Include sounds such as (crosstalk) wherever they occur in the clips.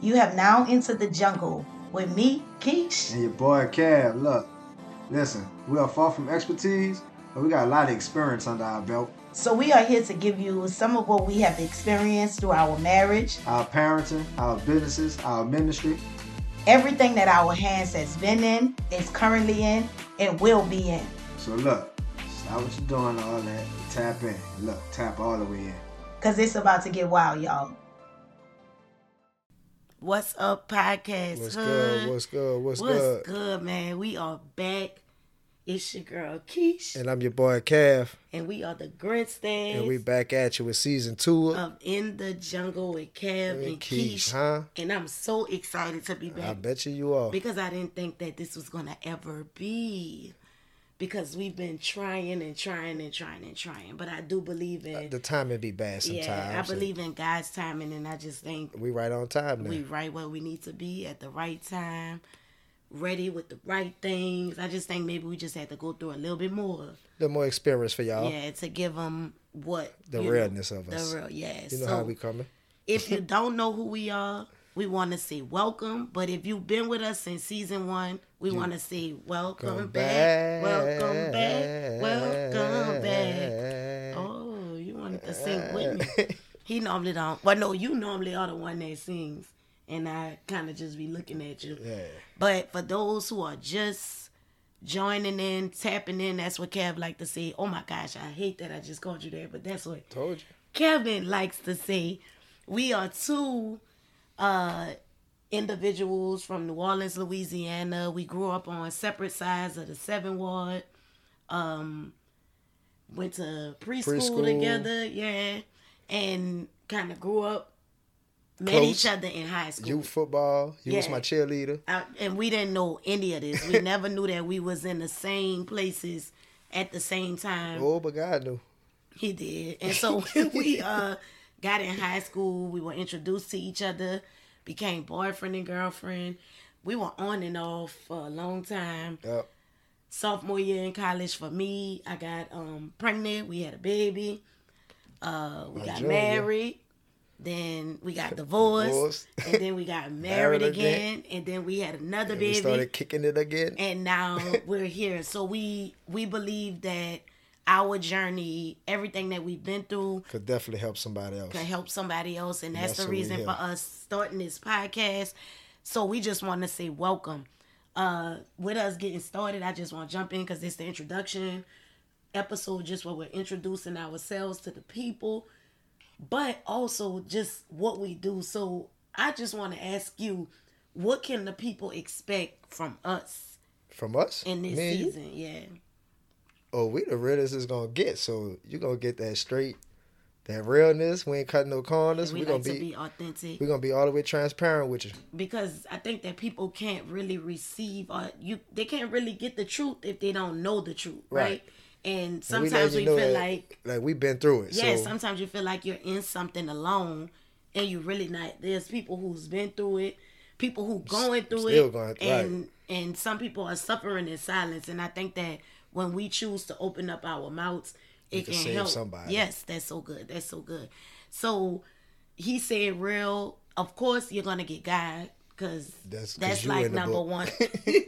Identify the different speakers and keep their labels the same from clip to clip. Speaker 1: You have now entered the jungle with me, Keish.
Speaker 2: And your boy Cab, look, listen, we are far from expertise, but we got a lot of experience under our belt.
Speaker 1: So we are here to give you some of what we have experienced through our marriage,
Speaker 2: Our parenting, our businesses, our ministry.
Speaker 1: everything that our hands has been in, is currently in, and will be in.
Speaker 2: So look, stop what you're doing, all that. Tap in. Look, tap all the way in.
Speaker 1: Cause it's about to get wild, y'all. What's up, podcast?
Speaker 3: What's
Speaker 1: hood?
Speaker 3: good? What's good? What's,
Speaker 1: What's
Speaker 3: good?
Speaker 1: good, man? We are back. It's your girl Keish, and,
Speaker 3: And I'm your boy Cav,
Speaker 1: we are the Grandstands
Speaker 3: and we back at you with season two of
Speaker 1: of In the Jungle with Kev and, Keish.
Speaker 3: Keys, huh?
Speaker 1: And I'm so excited to be
Speaker 3: I
Speaker 1: back
Speaker 3: bet you you are.
Speaker 1: because I didn't think that this was gonna ever be. Because we've been trying and trying and trying and trying, but I do believe in
Speaker 3: The timing be bad sometimes.
Speaker 1: yeah, I
Speaker 3: and
Speaker 1: believe in God's timing, and I just think
Speaker 3: we right on time now.
Speaker 1: we right where we need to be at the right time, ready with the right things. I just think maybe we just had to go through a little bit more,
Speaker 3: the more experience for y'all,
Speaker 1: yeah, to give them what
Speaker 3: the
Speaker 1: you know,
Speaker 3: realness of us.
Speaker 1: the real, yeah.
Speaker 3: you know
Speaker 1: so
Speaker 3: how we coming.
Speaker 1: if you don't know who we are, we want to say welcome. But if you've been with us since season one, we want to say welcome
Speaker 3: Come
Speaker 1: back, welcome back, welcome back. Oh, you wanted to sing with me. He normally don't. Well, no, you normally are the one that sings, and I kind of just be looking at you.
Speaker 3: (laughs) Yeah.
Speaker 1: But for those who are just joining in, tapping in, that's what Kev like to say. Oh my gosh, I hate that I just called you there, but that's what
Speaker 3: Told you.
Speaker 1: Kevin likes to say. We are two uh, individuals from New Orleans, Louisiana. We grew up on separate sides of the Seven Ward. Um, went to preschool,
Speaker 3: Preschool.
Speaker 1: together, yeah, and kind of grew up. Met
Speaker 3: Close.
Speaker 1: each other in high school.
Speaker 3: You football. You was
Speaker 1: Yeah.
Speaker 3: my cheerleader.
Speaker 1: I, and we didn't know any of this.
Speaker 3: (laughs)
Speaker 1: We never knew that we was in the same places at the same time.
Speaker 3: Oh, but God knew.
Speaker 1: He did. And
Speaker 3: (laughs)
Speaker 1: so when we uh got in high school, we were introduced to each other, became boyfriend and girlfriend. We were on and off for a long time.
Speaker 3: Yep.
Speaker 1: Sophomore year in college for me, I got um pregnant, we had a baby. Uh we
Speaker 3: My
Speaker 1: got
Speaker 3: junior.
Speaker 1: married. Then we got divorced,
Speaker 3: Divorced.
Speaker 1: and then we
Speaker 3: (laughs)
Speaker 1: got married,
Speaker 3: Married
Speaker 1: again,
Speaker 3: again.
Speaker 1: and then we had another
Speaker 3: And
Speaker 1: baby
Speaker 3: we started kicking it again.
Speaker 1: and
Speaker 3: (laughs)
Speaker 1: now we're here. So we we believe that our journey, everything that we've been through,
Speaker 3: Could definitely help somebody else.
Speaker 1: can help somebody else, and that's,
Speaker 3: That's
Speaker 1: the
Speaker 3: what we
Speaker 1: reason for
Speaker 3: here.
Speaker 1: us starting this podcast. So we just want to say welcome. Uh, with us getting started, I just want to jump in because it's the introduction episode, just where we're introducing ourselves to the people, but also just what we do. So I just want to ask you, what can the people expect from us?
Speaker 3: From us?
Speaker 1: in this
Speaker 3: Me and you?
Speaker 1: season. Yeah,
Speaker 3: oh, we the realest it's gonna get. So you gonna get that straight, that realness. We ain't cutting no corners.
Speaker 1: we
Speaker 3: We are
Speaker 1: like
Speaker 3: gonna
Speaker 1: to
Speaker 3: be,
Speaker 1: be authentic
Speaker 3: we gonna be all the way transparent with you.
Speaker 1: because I think that people can't really receive or you they can't really get the truth if they don't know the truth, right?
Speaker 3: Right.
Speaker 1: And
Speaker 3: And let
Speaker 1: sometimes
Speaker 3: you
Speaker 1: we,
Speaker 3: know
Speaker 1: feel
Speaker 3: that,
Speaker 1: like
Speaker 3: like we've been through it.
Speaker 1: yeah,
Speaker 3: so
Speaker 1: sometimes you feel like you're in something alone, and you really not. There's people who's been through it, people who going through
Speaker 3: still
Speaker 1: it,
Speaker 3: going- right.
Speaker 1: and and some people are suffering in silence. And I think that when we choose to open up our mouths, it
Speaker 3: can
Speaker 1: can,
Speaker 3: save
Speaker 1: help
Speaker 3: somebody.
Speaker 1: Yes, that's so good. That's so good. So he said, "Real, of course you're gonna get God, cause
Speaker 3: That's 'cause
Speaker 1: that's
Speaker 3: you
Speaker 1: like
Speaker 3: in the
Speaker 1: number
Speaker 3: book. (laughs)
Speaker 1: one. (laughs)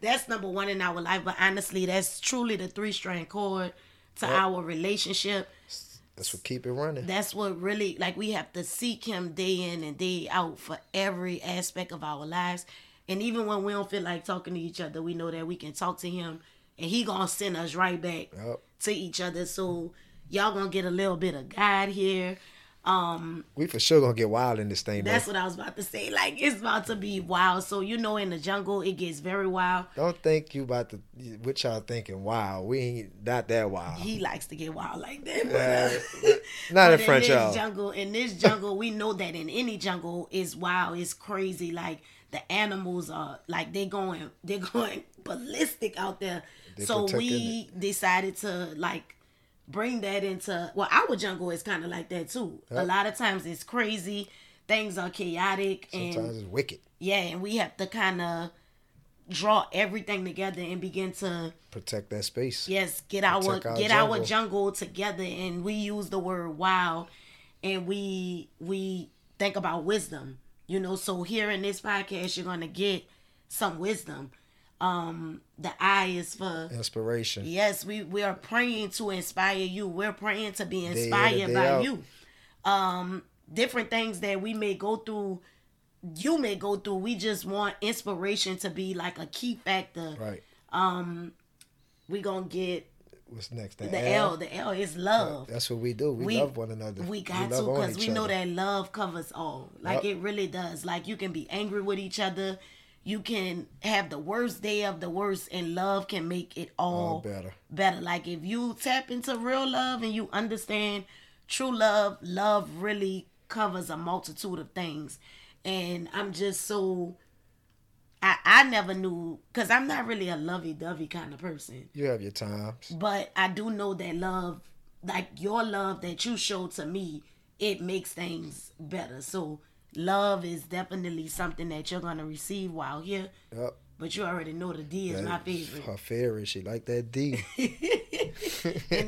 Speaker 1: that's number one in our life. But honestly, that's truly the three strand chord to our relationship.
Speaker 3: that's what keep it running.
Speaker 1: That's what really like we have to seek him day in and day out for every aspect of our lives. And even when we don't feel like talking to each other, we know that we can talk to him and he gonna send us right back
Speaker 3: Yup.
Speaker 1: to each other. So y'all gonna get a little bit of God here.
Speaker 3: we for sure gonna get wild in this thing.
Speaker 1: That's
Speaker 3: though.
Speaker 1: what I was about to say. Like it's about to be wild. So you know in the jungle it gets very wild.
Speaker 3: Don't think you about to what y'all thinking. Wow, we ain't not that wild.
Speaker 1: He likes to get wild like that.
Speaker 3: (laughs) not
Speaker 1: But
Speaker 3: in front
Speaker 1: this
Speaker 3: y'all.
Speaker 1: jungle, in this jungle, we know that in any jungle is wild, it's crazy. Like the animals are like they going, they're going (laughs) ballistic out there.
Speaker 3: They
Speaker 1: so
Speaker 3: protecting
Speaker 1: we decided to like bring that into well, our jungle is kind of like that too. A
Speaker 3: Yep.
Speaker 1: lot of times it's crazy, things are chaotic, and
Speaker 3: Sometimes it's wicked.
Speaker 1: yeah, and we have to kind of draw everything together and begin to
Speaker 3: Protect that space.
Speaker 1: Yes, get our,
Speaker 3: Protect our
Speaker 1: get our
Speaker 3: jungle.
Speaker 1: jungle together, and we use the word "wow," and we we think about wisdom You know, so here in this podcast, you're gonna get some wisdom. Um, the I is for
Speaker 3: Inspiration.
Speaker 1: yes, we we are praying to inspire you. We're praying to be
Speaker 3: in,
Speaker 1: inspired
Speaker 3: day
Speaker 1: by
Speaker 3: out.
Speaker 1: you. Um, different things that we may go through, you may go through. We just want inspiration to be like a key factor.
Speaker 3: Right.
Speaker 1: We gonna get
Speaker 3: What's next? The,
Speaker 1: the
Speaker 3: L?
Speaker 1: L. The L is love.
Speaker 3: That's what we do. We,
Speaker 1: We-
Speaker 3: love one another.
Speaker 1: We got to
Speaker 3: love on
Speaker 1: because
Speaker 3: each
Speaker 1: we know
Speaker 3: other.
Speaker 1: that love covers all. Like it
Speaker 3: Yup.
Speaker 1: really does. Like you can be angry with each other. You can have the worst day of the worst, and love can make it all
Speaker 3: All better.
Speaker 1: better. Like if you tap into real love and you understand true love, love really covers a multitude of things. And I'm just so I I never knew because I'm not really a lovey dovey kind of person.
Speaker 3: You have your times.
Speaker 1: But I do know that love, like your love that you show to me, it makes things better. So love is definitely something that you're gonna receive while here.
Speaker 3: Yep.
Speaker 1: But you already know the D is my
Speaker 3: (laughs)
Speaker 1: favorite.
Speaker 3: Her favorite. She like that D.
Speaker 1: (laughs) and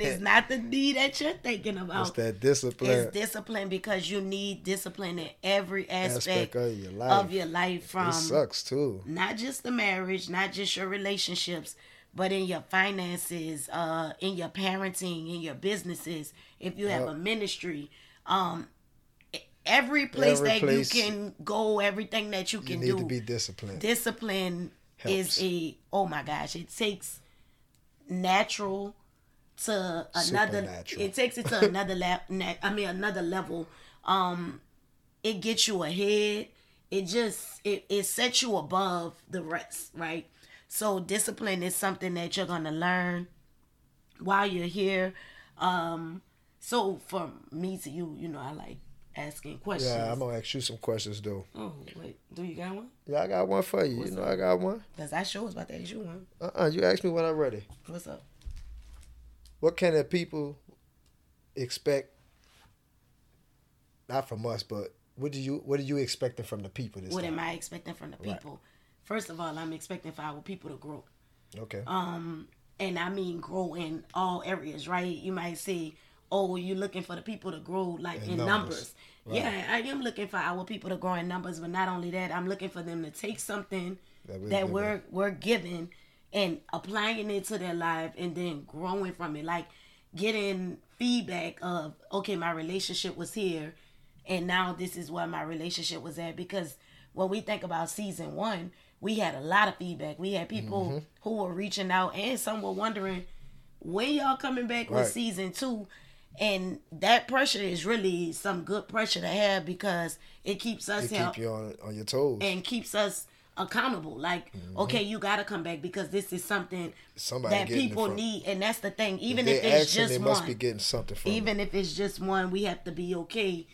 Speaker 1: it's not the D that you're thinking
Speaker 3: It's
Speaker 1: about.
Speaker 3: that discipline
Speaker 1: It's discipline because you need discipline in every aspect,
Speaker 3: aspect of your life.
Speaker 1: of your life from
Speaker 3: it sucks too.
Speaker 1: not just the marriage, not just your relationships, but in your finances, uh, in your parenting, in your businesses, if you have a ministry, um, e- every place
Speaker 3: Every
Speaker 1: that
Speaker 3: place
Speaker 1: you can go, everything that you
Speaker 3: You
Speaker 1: can
Speaker 3: need
Speaker 1: do,
Speaker 3: to be disciplined.
Speaker 1: discipline
Speaker 3: Helps.
Speaker 1: is a oh my gosh, it takes natural to another.
Speaker 3: Supernatural.
Speaker 1: It takes it to another lap. Na- I mean another level. Um, it gets you ahead. It just it it sets you above the rest, right? So discipline is something that you're gonna learn while you're here. Um, so from me to you, you know, I like asking questions.
Speaker 3: yeah, I'm gonna ask you some questions though.
Speaker 1: oh wait, do you got one?
Speaker 3: Yeah, I got one for you. you know, I got one.
Speaker 1: Cause I sure was about to ask you one.
Speaker 3: Uh, uh you asked me when I'm ready.
Speaker 1: What's up?
Speaker 3: What can the people expect? Not from us, but what do you what are you expecting from the people this
Speaker 1: What
Speaker 3: time?
Speaker 1: am I expecting from the
Speaker 3: Right.
Speaker 1: people? First of all, I'm expecting for our people to grow.
Speaker 3: Okay.
Speaker 1: And I mean grow in all areas, right? You might say, Oh, you're looking for the people to grow like in,
Speaker 3: In
Speaker 1: numbers.
Speaker 3: numbers.
Speaker 1: Yeah, I am looking for our people to grow in numbers, but not only that, I'm looking for them to take something
Speaker 3: That
Speaker 1: that,
Speaker 3: we're given.
Speaker 1: we're we're given and applying it to their life and then growing from it. Like getting feedback of, okay, my relationship was here and now this is where my relationship was at because when we think about season one, we had a lot of feedback. We had people who were reaching out and some were wondering when y'all coming back
Speaker 3: Right.
Speaker 1: with season two. And that pressure is really some good pressure to have because it keeps us
Speaker 3: They
Speaker 1: hel-
Speaker 3: keep you on on your toes.
Speaker 1: and keeps us accountable. Like, okay, you gotta come back because this is something
Speaker 3: Mm-hmm. Somebody
Speaker 1: that
Speaker 3: getting it
Speaker 1: people
Speaker 3: from-
Speaker 1: need, and that's the thing. Even
Speaker 3: they
Speaker 1: if it's
Speaker 3: action,
Speaker 1: just
Speaker 3: they
Speaker 1: one,
Speaker 3: must be getting something from it.
Speaker 1: even if it's just one, we have to be okay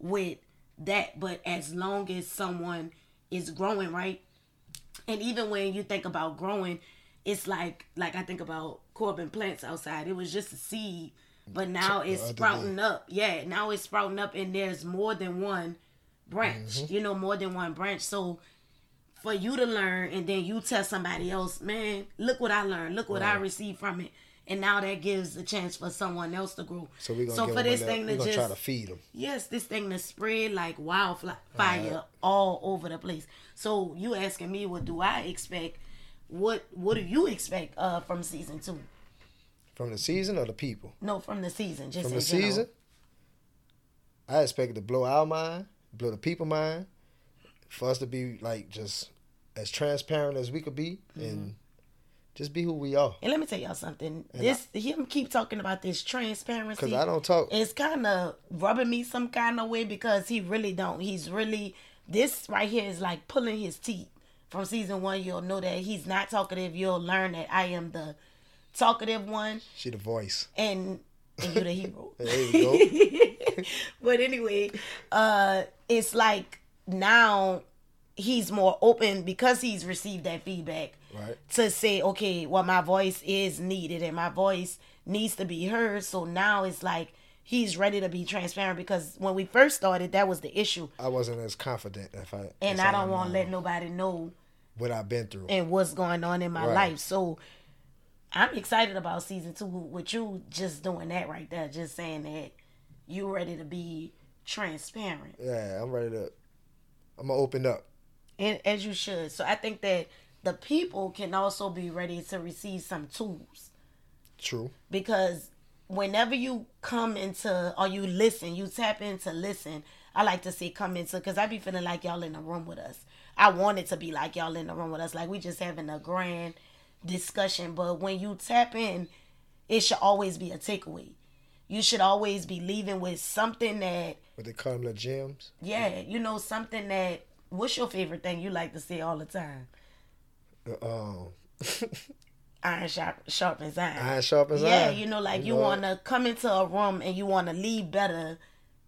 Speaker 1: with that. But as long as someone is growing, right? And even when you think about growing, it's like like I think about Corbin plants outside. It was just a seed, but now
Speaker 3: The
Speaker 1: it's
Speaker 3: other
Speaker 1: sprouting up. Yeah, now it's sprouting up, and there's more than one branch.
Speaker 3: Mm-hmm.
Speaker 1: You know, more than one branch. So for you to learn and then you tell somebody else, man, look what I learned, look what I received from it. And now that gives a chance for someone else to grow.
Speaker 3: So we're gonna
Speaker 1: so
Speaker 3: give
Speaker 1: for
Speaker 3: them
Speaker 1: this
Speaker 3: another-
Speaker 1: thing
Speaker 3: we
Speaker 1: to
Speaker 3: gonna
Speaker 1: just
Speaker 3: try to feed them.
Speaker 1: yes, this thing to spread like wildfire fire all over the place. So you asking me what do I expect? What what do you expect uh from season two?
Speaker 3: From the season or the people?
Speaker 1: No, from the season. Just
Speaker 3: From
Speaker 1: in
Speaker 3: the
Speaker 1: general.
Speaker 3: season, I expect it to blow our mind, blow the people mind, for us to be like just as transparent as we could be
Speaker 1: Mm-hmm.
Speaker 3: and just be who we are.
Speaker 1: And let me tell y'all something. this him keep talking about this transparency.
Speaker 3: Because I don't talk.
Speaker 1: It's kind of rubbing me some kind of way because he really don't. He's really this right here is like pulling his teeth. From season one, you'll know that he's not talkative. You'll learn that I am the talkative one,
Speaker 3: She the voice.
Speaker 1: and and you're the hero.
Speaker 3: There you
Speaker 1: (laughs)
Speaker 3: go.
Speaker 1: but anyway, uh, it's like now he's more open because he's received that feedback
Speaker 3: right.
Speaker 1: to say, okay, well, my voice is needed and my voice needs to be heard. So now it's like he's ready to be transparent because when we first started, that was the issue.
Speaker 3: I wasn't as confident if I.
Speaker 1: And
Speaker 3: as
Speaker 1: I don't
Speaker 3: am
Speaker 1: want to
Speaker 3: now,
Speaker 1: let nobody know
Speaker 3: What I've been through.
Speaker 1: and what's going on in my
Speaker 3: Right.
Speaker 1: life. So I'm excited about season two with you just doing that right there, just saying that you're ready to be transparent.
Speaker 3: yeah, I'm ready to. I'm gonna open up.
Speaker 1: and as you should. So I think that the people can also be ready to receive some tools
Speaker 3: True.
Speaker 1: because whenever you come into or you listen, you tap into listen. I like to say come into because I be feeling like y'all in the room with us. I want it to be like y'all in the room with us, like we just having a grand discussion. But when you tap in, it should always be a takeaway. You should always be leaving with something that
Speaker 3: What they call them, the gems.
Speaker 1: yeah, you know something that. What's your favorite thing you like to say all the time?
Speaker 3: The, Um, (laughs)
Speaker 1: Iron sharp, sharpens iron.
Speaker 3: iron sharpens
Speaker 1: yeah,
Speaker 3: iron.
Speaker 1: you know, like you,
Speaker 3: know,
Speaker 1: want to come into a room and you want to leave better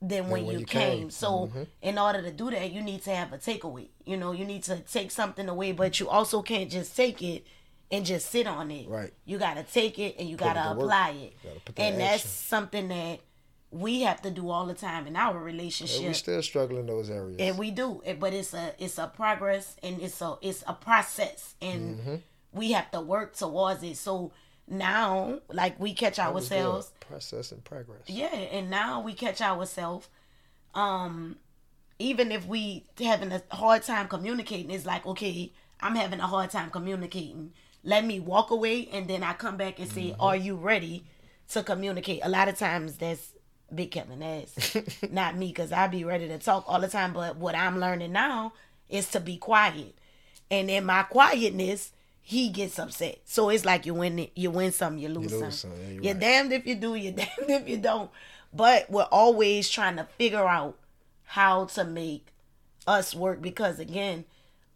Speaker 1: than when,
Speaker 3: when
Speaker 1: you,
Speaker 3: you
Speaker 1: came.
Speaker 3: came. Mm-hmm.
Speaker 1: So, in order to do that, you need to have a takeaway. You know, you need to take something away, but you also can't just take it and just sit on it.
Speaker 3: Right.
Speaker 1: You got to take it and you got
Speaker 3: it
Speaker 1: to
Speaker 3: to work.
Speaker 1: apply it.
Speaker 3: Gotta put that
Speaker 1: And that's
Speaker 3: action.
Speaker 1: something that we have to do all the time in our relationship.
Speaker 3: And we still struggle in those areas.
Speaker 1: And we do, it- but it's a it's a progress and it's a it's a process, and
Speaker 3: Mm-hmm.
Speaker 1: we have to work towards it. So now, like we catch
Speaker 3: That was good.
Speaker 1: ourselves,
Speaker 3: Process and progress.
Speaker 1: yeah, and now we catch ourselves. Um, even if we having a hard time communicating, it's like okay, I'm having a hard time communicating. Let me walk away, and then I come back and say, "Are you ready to communicate?" A lot of times that's Big Kevin ass, not me, because I be ready to talk all the time. But what I'm learning now is to be quiet, and in my quietness, he gets upset. So it's like you win, it, you win some, you lose,
Speaker 3: lose
Speaker 1: some.
Speaker 3: some, yeah,
Speaker 1: you're
Speaker 3: you're right.
Speaker 1: damned if you do, you're (laughs) damned if you don't. But we're always trying to figure out how to make us work because again,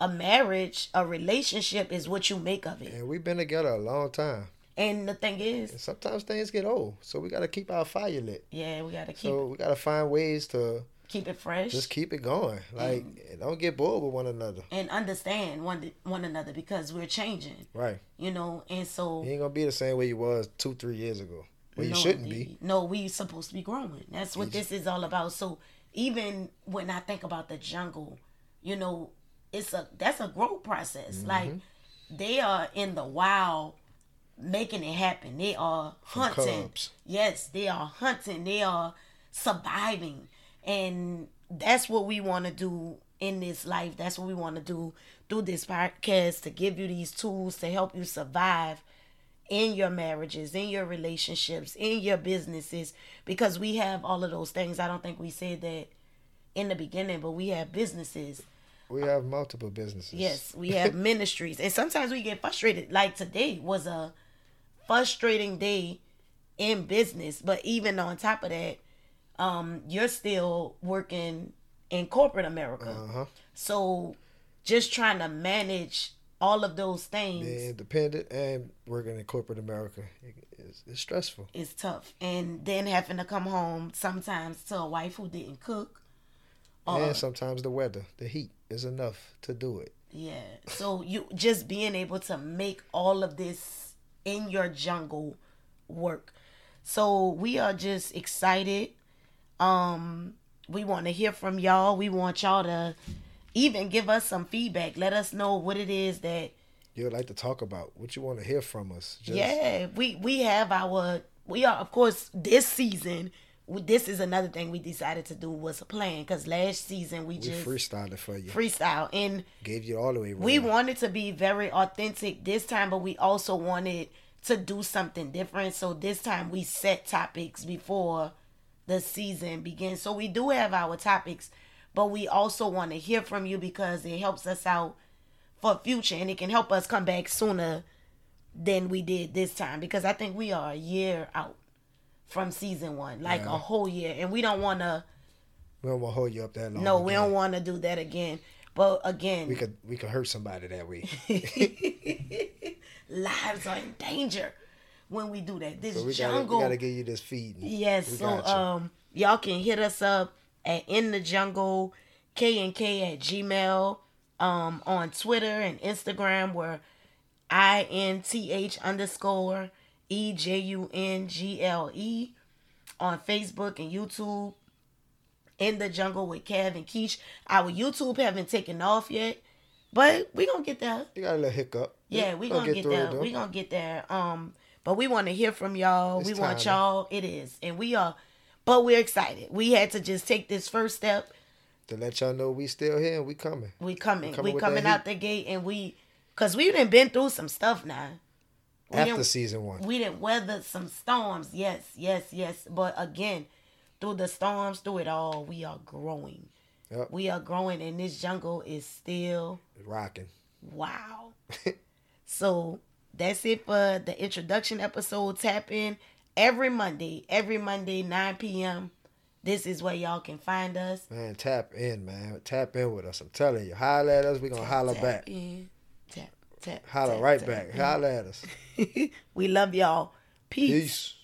Speaker 1: a marriage, a relationship is what you make of it.
Speaker 3: And we've been together a long time.
Speaker 1: And the thing
Speaker 3: And
Speaker 1: is,
Speaker 3: sometimes things get old. So we got to keep our fire lit.
Speaker 1: yeah, we gotta keep
Speaker 3: So we got to find ways to
Speaker 1: keep it fresh
Speaker 3: just keep it going. Like,
Speaker 1: Mm.
Speaker 3: don't get bored with one another.
Speaker 1: and understand one one another because we're changing,
Speaker 3: Right.
Speaker 1: you know. And so
Speaker 3: You ain't going to be the same way you was two, three years ago. Well, you shouldn't be.
Speaker 1: No, we supposed to be growing. That's what this is all about. So even when I think about the jungle, you know, it's a that's a growth process.
Speaker 3: Mm-hmm.
Speaker 1: Like they are in the wild making it happen. They are hunting.
Speaker 3: cubs.
Speaker 1: Yes, they are hunting. They are surviving. And that's what we want to do in this life. That's what we want to do through this podcast to give you these tools to help you survive in your marriages, in your relationships, in your businesses, because we have all of those things. I don't think we said that in the beginning, but we have businesses.
Speaker 3: We have multiple businesses. (laughs)
Speaker 1: Yes, we have ministries. And sometimes we get frustrated. Like today was a frustrating day in business, but even on top of that, um, you're still working in corporate America.
Speaker 3: Uh-huh.
Speaker 1: So just trying to manage all of those things.
Speaker 3: Being independent and working in corporate America. It- It's, it's stressful.
Speaker 1: is tough. And then having to come home sometimes to a wife who didn't cook. Uh,
Speaker 3: and sometimes the weather, the heat is enough to do it.
Speaker 1: yeah. So you just being able to make all of this in your jungle work. So we are just excited. Um we want to hear from y'all. We want y'all to even give us some feedback. Let us know what it is that
Speaker 3: You'd like to talk about what you want to hear from us. Just,
Speaker 1: Yeah, we we have our we are of course this season. we- This is another thing we decided to do was a plan because last season we
Speaker 3: We
Speaker 1: just
Speaker 3: freestyled it for you.
Speaker 1: freestyle and
Speaker 3: Gave you all the way.
Speaker 1: we
Speaker 3: round.
Speaker 1: wanted to be very authentic this time, but we also wanted to do something different. So this time we set topics before the season begins. So we do have our topics, but we also want to hear from you because it helps us out for future and it can help us come back sooner than we did this time because I think we are a year out from season one, like
Speaker 3: Yeah.
Speaker 1: a whole year, and we don't want to.
Speaker 3: We don't want to hold you up that long.
Speaker 1: No, we
Speaker 3: again.
Speaker 1: don't want to do that again. But again,
Speaker 3: We could we could hurt somebody that way.
Speaker 1: lives are in danger when we do that. This
Speaker 3: So we gotta, we
Speaker 1: jungle.
Speaker 3: gotta give you this feeding.
Speaker 1: yes,
Speaker 3: we
Speaker 1: so
Speaker 3: got you.
Speaker 1: um y'all can hit us up at in the jungle k and k at gmail um on Twitter and Instagram where I N T H underscore E J U N G L E on Facebook and YouTube. In the jungle with Kev and Keesh. Our YouTube haven't taken off yet, but we gonna get there.
Speaker 3: you got a little hiccup.
Speaker 1: Yeah, we gonna get,
Speaker 3: through
Speaker 1: there.
Speaker 3: it, though.
Speaker 1: We gonna get there. Um, but we want to hear from y'all.
Speaker 3: It's
Speaker 1: we want
Speaker 3: time.
Speaker 1: y'all. It is, and we are, but we're excited. We had to just take this first step
Speaker 3: to let y'all know we still here and we coming.
Speaker 1: We coming.
Speaker 3: We coming
Speaker 1: we
Speaker 3: with that
Speaker 1: coming out the gate and we cause we done been through some stuff now. We
Speaker 3: After
Speaker 1: done-
Speaker 3: season one,
Speaker 1: we didn't weather some storms. Yes, yes, yes. But again, through the storms, through it all, we are growing.
Speaker 3: Yep.
Speaker 1: We are growing, and this jungle is still
Speaker 3: rocking.
Speaker 1: wow.
Speaker 3: (laughs)
Speaker 1: so that's it for the introduction episode. Tap in every Monday, every Monday, 9 p.m. This is where y'all can find us.
Speaker 3: Man, tap in, man. Tap in with us. I'm telling you. Holler at us. We gonna holler
Speaker 1: Tap
Speaker 3: back.
Speaker 1: in. Tap, tap.
Speaker 3: Holler
Speaker 1: tap,
Speaker 3: right
Speaker 1: tap. (laughs)
Speaker 3: back. Holler at us.
Speaker 1: we love y'all. Peace.
Speaker 3: Peace.